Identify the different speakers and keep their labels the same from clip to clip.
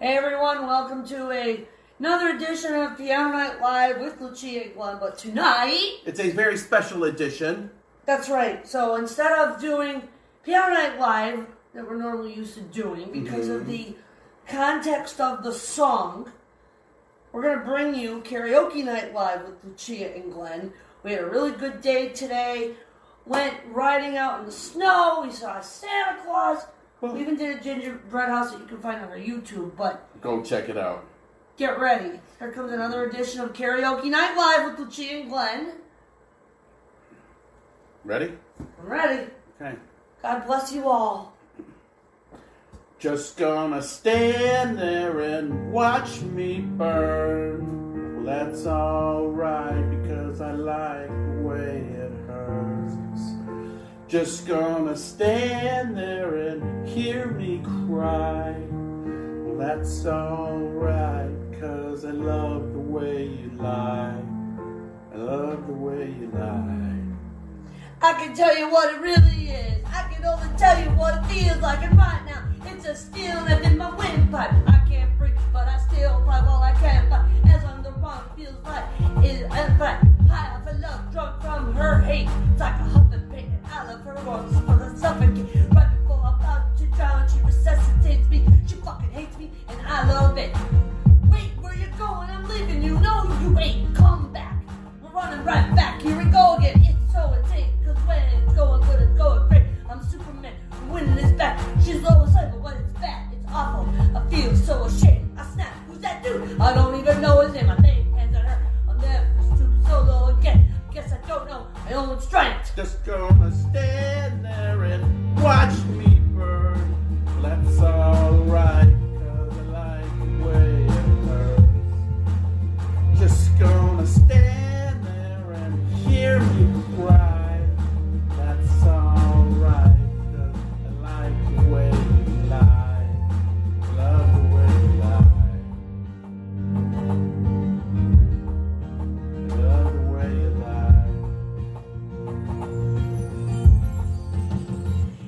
Speaker 1: Hey everyone, welcome to a, another edition of Piano Night Live with Lucia Glenn. But tonight,
Speaker 2: It's a very special edition.
Speaker 1: that's right. So instead of doing Piano Night Live that we're normally used to doing because of the context of the song, we're gonna bring you Karaoke Night Live with Lucia and Glenn. We had a really good day today. Went riding out in the snow. We saw Santa Claus. We even did a gingerbread house that you can find on our YouTube, but.
Speaker 2: Go check it out.
Speaker 1: Get ready. Here comes another edition of Karaoke Night Live with Lucia and Glenn.
Speaker 2: Ready?
Speaker 1: I'm ready.
Speaker 2: Okay.
Speaker 1: God bless you all.
Speaker 2: Just gonna stand there and watch me burn. Well, that's alright because I like the way it hurts. Just gonna stand there and hear me cry. Well, that's alright because I love the way you lie. I love the way you lie.
Speaker 1: I can tell you what it really is. I can only tell you what it feels like. And right now, it's a steel left in my windpipe. I can't breathe, but I still fight all I can. But as I'm the wrong feels like, it and flat. High off of love, drunk from her hate. It's like a huffing pain. and I love her once for the suffocate. Right before I'm about to drown, she resuscitates me. She fucking hates me, and I love it. Wait, where you going? I'm leaving you. No, you ain't. Come back. We're running right back. Here we go again. It's so insane. Cause when it's going good, it's going great. I'm Superman. I'm winning this back. She's low as cycle, but it's bad. It's awful. I feel so ashamed. I snap. Who's that dude? I don't even know his name. I lay hands on her. I'll never stoop so low again. Guess I don't know my own strength.
Speaker 2: Just gonna stand there and watch me burn. Well, That's alright, cause I like the way it hurts. Just gonna stand there and hear me cry. That's alright, cause I like the way you lie. I love the way you lie. I love the way you lie.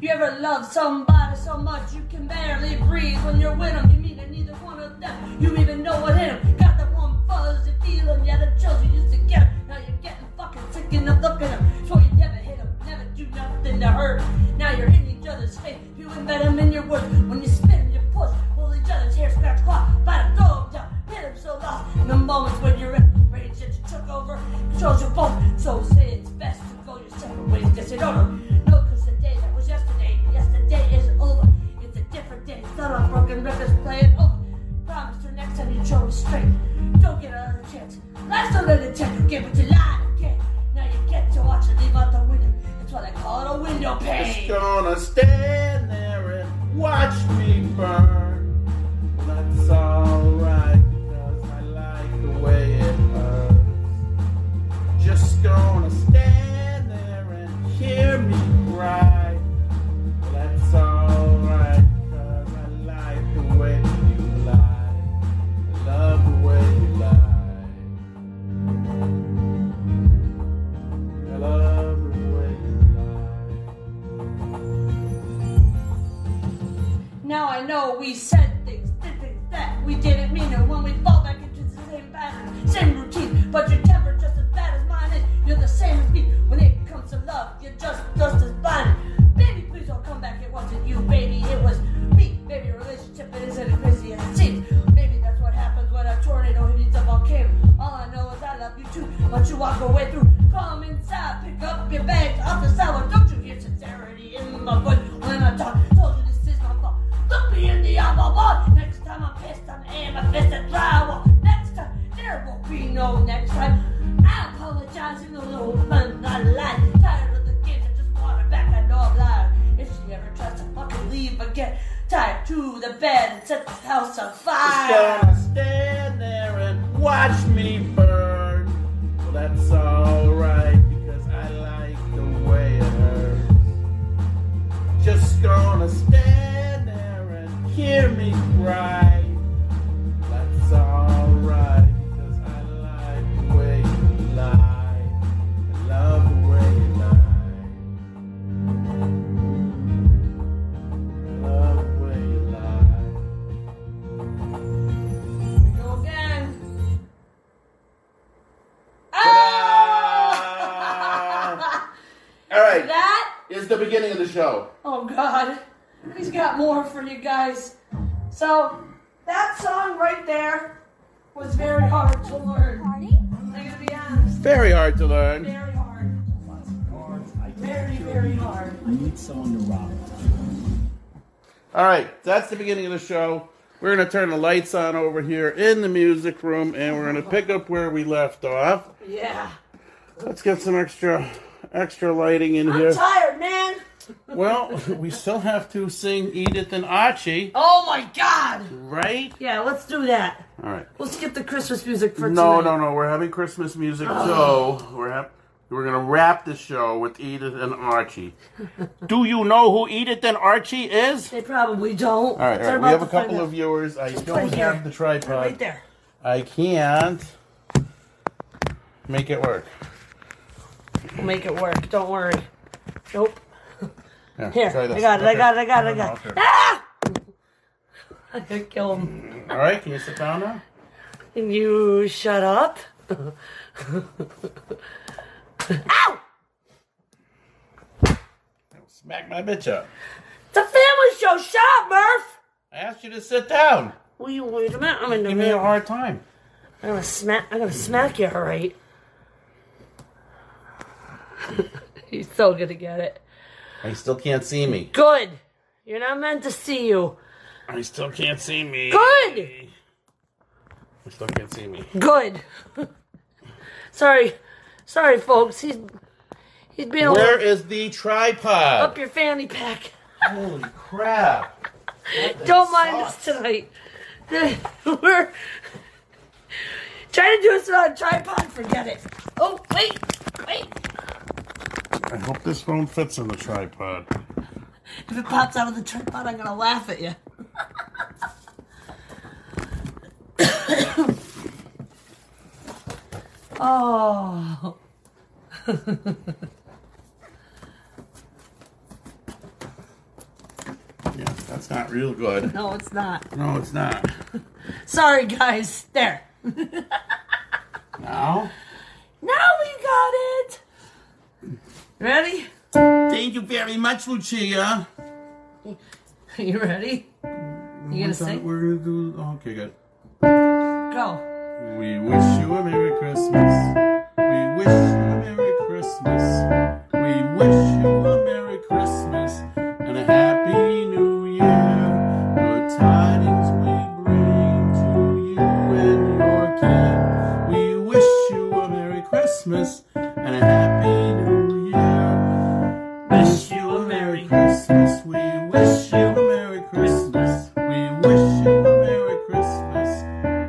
Speaker 1: You ever love somebody so much you can barely breathe when you're with 'em? You mean that neither one of them you even know what hit 'em. Got that one fuzzy feeling, yeah, the chills you used to get 'em. Now you're getting fucking sick and of looking 'em. So you never hit 'em, never do nothing to hurt 'em. Now you're in each other's face, you embed 'em in your words. When you spin, you push, pull each other's hair, scratch, claw, bite 'em, throw 'em down, hit 'em so lost. In the moments when you're in rage that you took over, controls your both. So say it's best to go your separate ways, guess it over. No, 'cause the day that was yesterday. Yesterday is over. It's a different day. It's not on broken records playing over. Promise to next time you show straight. Don't get another chance. Last time another chance you gave it to lie again. Now you get to watch and leave out the window. That's what I call it a window
Speaker 2: Just
Speaker 1: pane.
Speaker 2: gonna stand there and watch me burn. Well, That's alright because I like the way it hurts. Just gonna stand there and hear me cry. Well, That's alright because I like the way you lie. I love the way you lie. I love the way you lie.
Speaker 1: Now I know we said things, did things that we didn't mean, and when we fall back into the same pattern, same routine, but your temper just as bad as mine is. You're the same as me. When it comes to love, you're just just as blind. Baby, please don't come back. It wasn't you, baby. It was me. Maybe a relationship it isn't as crazy as it seems. Maybe that's what happens when a tornado hits a volcano. All I know is I love you too, but you walk away through. Come inside, pick up your bags off the sidewalk. Don't you hear sincerity in my voice when I talk? Told you this is my fault. Look me in the eye, my boy. Next time I'm pissed, I'm aim my fist at drywall. Next time, there won't be no next time. I apologize in the little man I lied. Tired of the games, I just want her back. I know I'm lying. If she ever tries to fucking leave again, tie her to the bed and set the house on
Speaker 2: Just
Speaker 1: fire.
Speaker 2: gonna stand there and watch me burn. Well, that's alright because I like the way it hurts. Just gonna stand there and hear me cry. That's alright because I like the way you lie. I love the way you lie. I love the way you lie. the beginning of the show.
Speaker 1: Oh God, he's got more for you guys. So that song right there was very hard to learn.
Speaker 3: Party?
Speaker 1: I'm gonna be honest,
Speaker 2: Very hard to learn.
Speaker 1: very hard,
Speaker 4: Lots of cards. I can't
Speaker 1: very
Speaker 4: kill
Speaker 1: very
Speaker 4: you.
Speaker 1: hard.
Speaker 4: I need someone to rob.
Speaker 2: All right, that's the beginning of the show. We're going to turn the lights on over here in the music room and we're going to pick up where we left off.
Speaker 1: Yeah,
Speaker 2: Let's get some extra extra lighting in
Speaker 1: I'm
Speaker 2: here.
Speaker 1: tired, man.
Speaker 2: Well, we still have to sing Edith and Archie,
Speaker 1: Oh my God.
Speaker 2: right?
Speaker 1: Yeah, let's do that.
Speaker 2: All right.
Speaker 1: We'll skip the Christmas music for
Speaker 2: No,
Speaker 1: tonight.
Speaker 2: no, no. We're having Christmas music, so we're hap- we're gonna wrap the show with Edith and Archie. Do you know who Edith and Archie is?
Speaker 1: They probably don't.
Speaker 2: All right, all
Speaker 1: They're
Speaker 2: right. We
Speaker 1: about
Speaker 2: have a
Speaker 1: to find
Speaker 2: couple
Speaker 1: out.
Speaker 2: of viewers. I
Speaker 1: put
Speaker 2: don't
Speaker 1: it here.
Speaker 2: have the tripod.
Speaker 1: right there.
Speaker 2: I can't make it work.
Speaker 1: We'll make it work. Don't worry. Nope.
Speaker 2: Here,
Speaker 1: Here,
Speaker 2: try this.
Speaker 1: I got it. I
Speaker 2: Okay.
Speaker 1: got it. I got it. I
Speaker 2: No, no,
Speaker 1: got it.
Speaker 2: okay.
Speaker 1: Ah! I could kill him.
Speaker 2: All right, can you sit down now?
Speaker 1: Can you shut up? Ow!
Speaker 2: Smack my bitch up.
Speaker 1: It's a family show. Shut up, Murph.
Speaker 2: I asked you to sit down.
Speaker 1: Will you wait a minute? I'm in the
Speaker 2: Give me a
Speaker 1: middle.
Speaker 2: hard time.
Speaker 1: I'm gonna smack. I'm gonna smack you. All right. He's so gonna get it.
Speaker 2: I still can't see me.
Speaker 1: Good. You're not meant to see you.
Speaker 2: I still can't see me.
Speaker 1: Good.
Speaker 2: I still can't see me.
Speaker 1: Good. sorry, sorry, folks. He's he's being a
Speaker 2: Where
Speaker 1: little
Speaker 2: is the tripod?
Speaker 1: up your fanny pack.
Speaker 2: Holy crap!
Speaker 1: Don't mind us tonight. We're trying to do this on a tripod. Forget it. Oh wait, wait.
Speaker 2: I hope this phone fits in the tripod.
Speaker 1: If it pops out of the tripod, I'm gonna laugh at you. oh.
Speaker 2: Yeah, that's not real good.
Speaker 1: No, it's not.
Speaker 2: No, it's not.
Speaker 1: Sorry, guys. There.
Speaker 2: Now,
Speaker 1: Now we got it. Ready?
Speaker 2: thank you very much, Lucia.
Speaker 1: You ready? You gonna sing?
Speaker 2: We're gonna do. oh, okay, good.
Speaker 1: Go.
Speaker 2: We wish you a merry Christmas. We wish you a merry Christmas. We wish you a merry Christmas and a happy new year. Good tidings we bring to you and your kin. We wish you a merry Christmas and a happy new year. Wish you a merry Christmas. We wish you a merry Christmas. We wish you a merry Christmas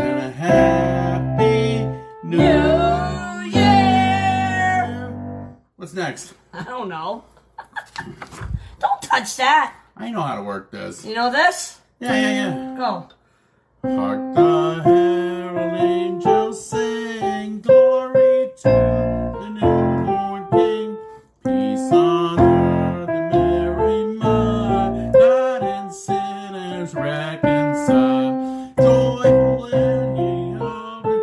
Speaker 2: and a happy new year. What's next?
Speaker 1: I don't know. don't touch that.
Speaker 2: I know how to work this.
Speaker 1: You know this?
Speaker 2: Yeah, yeah,
Speaker 1: Go.
Speaker 2: yeah. Hark the herald angels sing, glory to the newborn King. Peace on earth and merry mind, God and sinners reconcile. Joyful and ye holy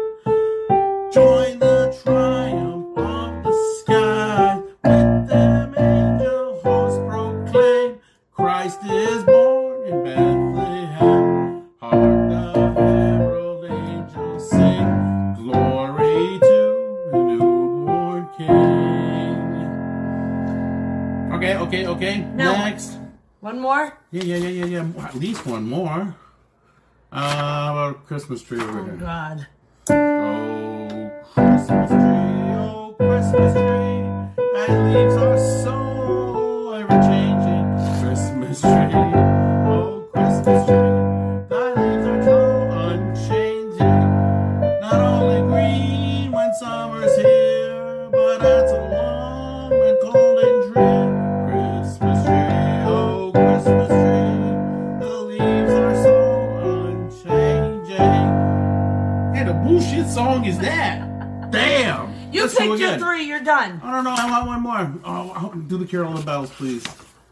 Speaker 2: Join the triumph of the sky. With them angel hosts proclaim, Christ is born in Bethlehem. Hark the herald angels sing, glory to the newborn King. Okay, okay, okay.
Speaker 1: No.
Speaker 2: Next.
Speaker 1: One more?
Speaker 2: Yeah, yeah, yeah, yeah, yeah. Well, At least one more. Uh, about a Christmas tree over
Speaker 1: Oh,
Speaker 2: here.
Speaker 1: God.
Speaker 2: Oh, Christmas tree, oh, Christmas tree, thy leaves are so ever-changing. Christmas tree, oh, Christmas tree, thy leaves are so unchanging. Not only green when summer's here, but not so long when cold and drear. Christmas tree, oh, Christmas tree, the leaves are so unchanging. Hey, the bullshit song is that? Damn.
Speaker 1: You
Speaker 2: Let's go
Speaker 1: picked your
Speaker 2: again.
Speaker 1: three. You're done.
Speaker 2: I don't know. I want one more. Oh, I want- do the Carol of the Bells, please.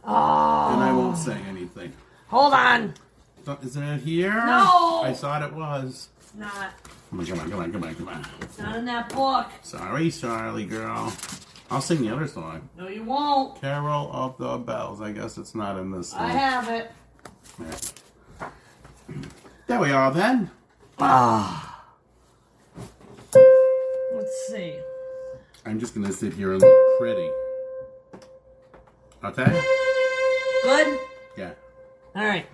Speaker 1: Oh,
Speaker 2: And I won't sing anything.
Speaker 1: hold on.
Speaker 2: Th- Isn't it here?
Speaker 1: No.
Speaker 2: I thought it was.
Speaker 1: It's not.
Speaker 2: Come on, come on, come on, come on, come on.
Speaker 1: It's not in that book.
Speaker 2: Sorry, Charlie girl. I'll sing the other song.
Speaker 1: No, you won't.
Speaker 2: Carol of the Bells. I guess it's not in this.
Speaker 1: I
Speaker 2: thing.
Speaker 1: have it.
Speaker 2: There. There we are then.
Speaker 1: Let's see.
Speaker 2: I'm just gonna sit here and look pretty. Okay?
Speaker 1: Good?
Speaker 2: Yeah.
Speaker 1: All right.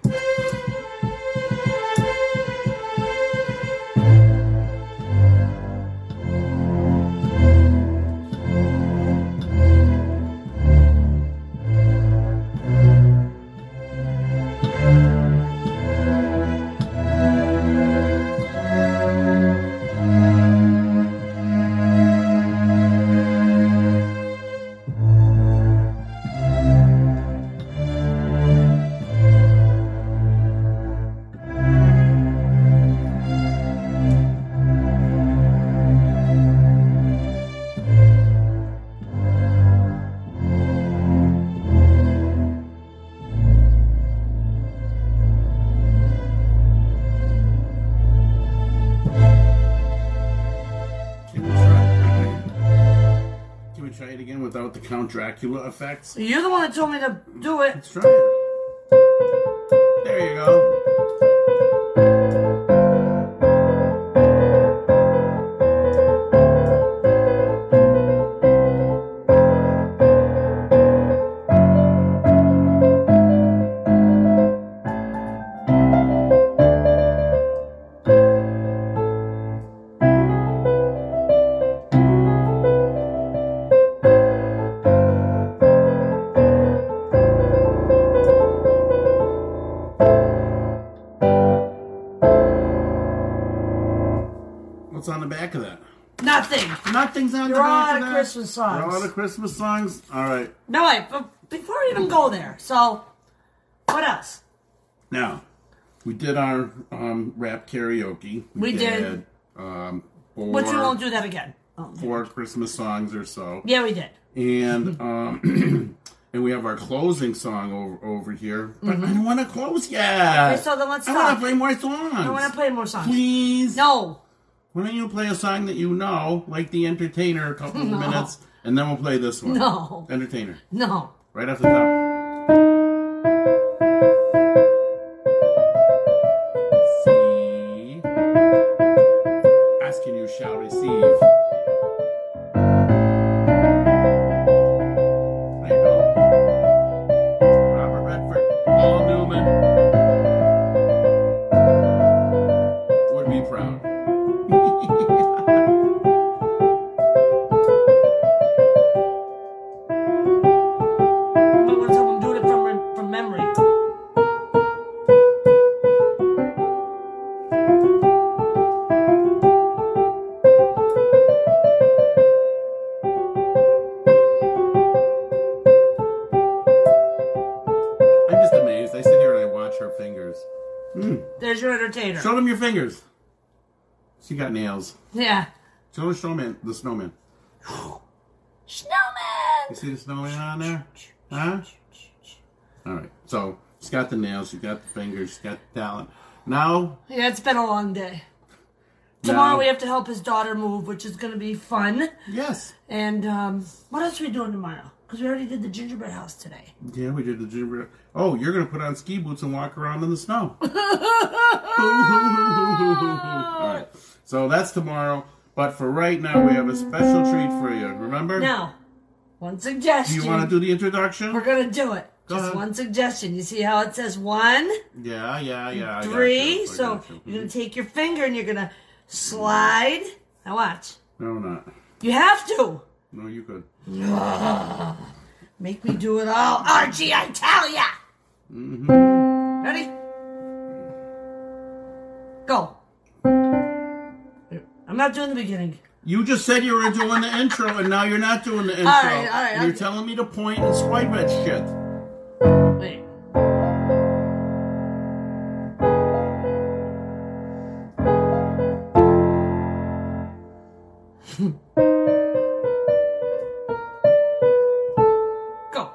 Speaker 2: Can we try? Can we try it again without the Count Dracula effects?
Speaker 1: You're the one that told me to do it.
Speaker 2: Let's try it. There you go. What's on the back of that?
Speaker 1: Nothing.
Speaker 2: Nothing's on
Speaker 1: They're
Speaker 2: the
Speaker 1: all
Speaker 2: back
Speaker 1: out
Speaker 2: of
Speaker 1: of
Speaker 2: that.
Speaker 1: Christmas songs.
Speaker 2: They're all out of Christmas songs. All right.
Speaker 1: No, wait. But before we even go there, so what else?
Speaker 2: Now, we did our um, rap karaoke.
Speaker 1: We did.
Speaker 2: um, four,
Speaker 1: But you won't do that again. Oh,
Speaker 2: four Christmas songs or so.
Speaker 1: yeah, we did.
Speaker 2: and um, and we have our closing song over over here. But I don't want to close yet.
Speaker 1: Mm-hmm. Okay, so then let's
Speaker 2: I want
Speaker 1: stop.
Speaker 2: to play more songs.
Speaker 1: I want to play more songs.
Speaker 2: Please.
Speaker 1: No.
Speaker 2: Why don't you play a song that you know, like The Entertainer, a couple of minutes, and then we'll play this one.
Speaker 1: No.
Speaker 2: Entertainer,
Speaker 1: No.
Speaker 2: right off the top. See, asking you shall receive. There you go. Robert Redford, Paul Newman would be proud.
Speaker 1: But let's have them do it from, from memory.
Speaker 2: I'm just amazed. I sit here and I watch her fingers.
Speaker 1: There's your entertainer.
Speaker 2: Show them your fingers. She got nails.
Speaker 1: yeah.
Speaker 2: Show the snowman. The snowman. You
Speaker 1: Snowman!
Speaker 2: see the snowman on there? Huh? All right. So she's got the nails. She got the fingers. She's got the talent. Now,
Speaker 1: Yeah, it's been a long day. Tomorrow
Speaker 2: now-
Speaker 1: we have to help his daughter move, which is going to be fun.
Speaker 2: Yes.
Speaker 1: And um, what else are we doing tomorrow? Because we already did the gingerbread house today.
Speaker 2: Yeah, we did the gingerbread. Oh, you're gonna put on ski boots and walk around in the snow. All right. So that's tomorrow. But for right now, we have a special treat for you. Remember?
Speaker 1: Now, one
Speaker 2: Do
Speaker 1: suggestion.
Speaker 2: you want to do the introduction?
Speaker 1: We're going to do it.
Speaker 2: Go
Speaker 1: Just
Speaker 2: ahead.
Speaker 1: one suggestion. You see how it says one,
Speaker 2: Yeah, yeah, yeah. I got
Speaker 1: three?
Speaker 2: you. I
Speaker 1: so
Speaker 2: got you.
Speaker 1: you're going to take your finger and you're going to slide. Now watch.
Speaker 2: No, not.
Speaker 1: You have to.
Speaker 2: No, you could.
Speaker 1: Make me do it all. Archie, I tell ya! Ready? Go. I'm not doing the beginning.
Speaker 2: You just said you were doing the intro, and now you're not doing the intro.
Speaker 1: All right, all right,
Speaker 2: And
Speaker 1: I'll
Speaker 2: you're
Speaker 1: do-
Speaker 2: telling me to point and swipe at shit.
Speaker 1: Wait. Go.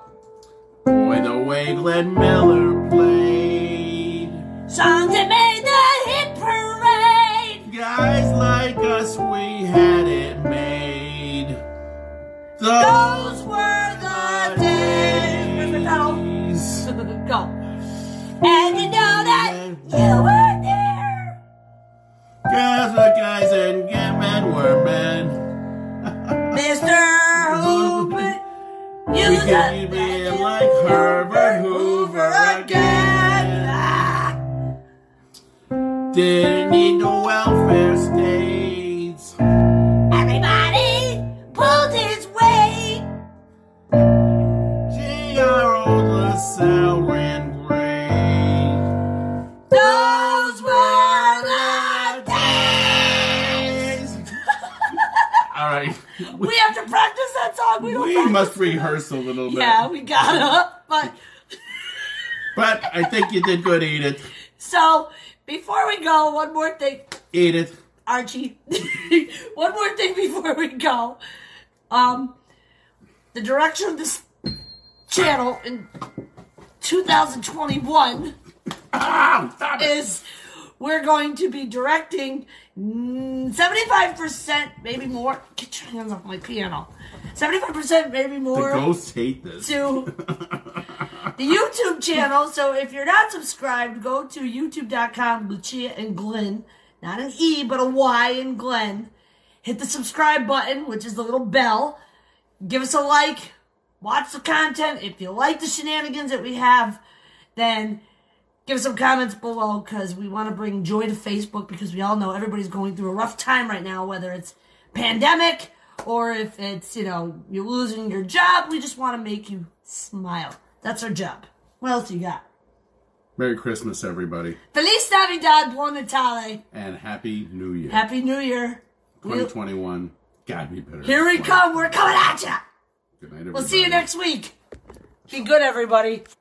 Speaker 2: Boy, the way Glenn Miller played.
Speaker 1: Songs that made the hit parade.
Speaker 2: Guys like us, we had it made. The
Speaker 1: Ah,
Speaker 2: didn't need no welfare states.
Speaker 1: Everybody pulled his weight.
Speaker 2: G.R.O. LaSalle ran great.
Speaker 1: Those were the days.
Speaker 2: All right.
Speaker 1: We have to practice that song. We don't.
Speaker 2: We
Speaker 1: practice-
Speaker 2: must rehearse a little bit.
Speaker 1: yeah, we got up, but.
Speaker 2: But I think you did good, Edith.
Speaker 1: So before we go, one more thing,
Speaker 2: Edith.
Speaker 1: Archie. one more thing before we go. Um, the direction of this channel in 2021
Speaker 2: Ow! Stop it!
Speaker 1: is we're going to be directing mm, 75%, maybe more. Get your hands off my piano. 75%, maybe
Speaker 2: The
Speaker 1: more
Speaker 2: ghosts hate this.
Speaker 1: to the YouTube channel. So if you're not subscribed, go to youtube.com, Lucia and Glenn. Not an E, but a Y in Glenn. Hit the subscribe button, which is the little bell. Give us a like. Watch the content. If you like the shenanigans that we have, then give some comments below because we want to bring joy to Facebook because we all know everybody's going through a rough time right now, whether it's pandemic or if it's, you know, you're losing your job. We just want to make you smile. That's our job. What else you got?
Speaker 2: Merry Christmas, everybody,
Speaker 1: Feliz Navidad, Buon Natale.
Speaker 2: and Happy New Year.
Speaker 1: Happy New Year. We-
Speaker 2: 2021. God, we better.
Speaker 1: Here we come. We're coming at ya.
Speaker 2: Good night, everybody.
Speaker 1: We'll see you next week. Be good, everybody.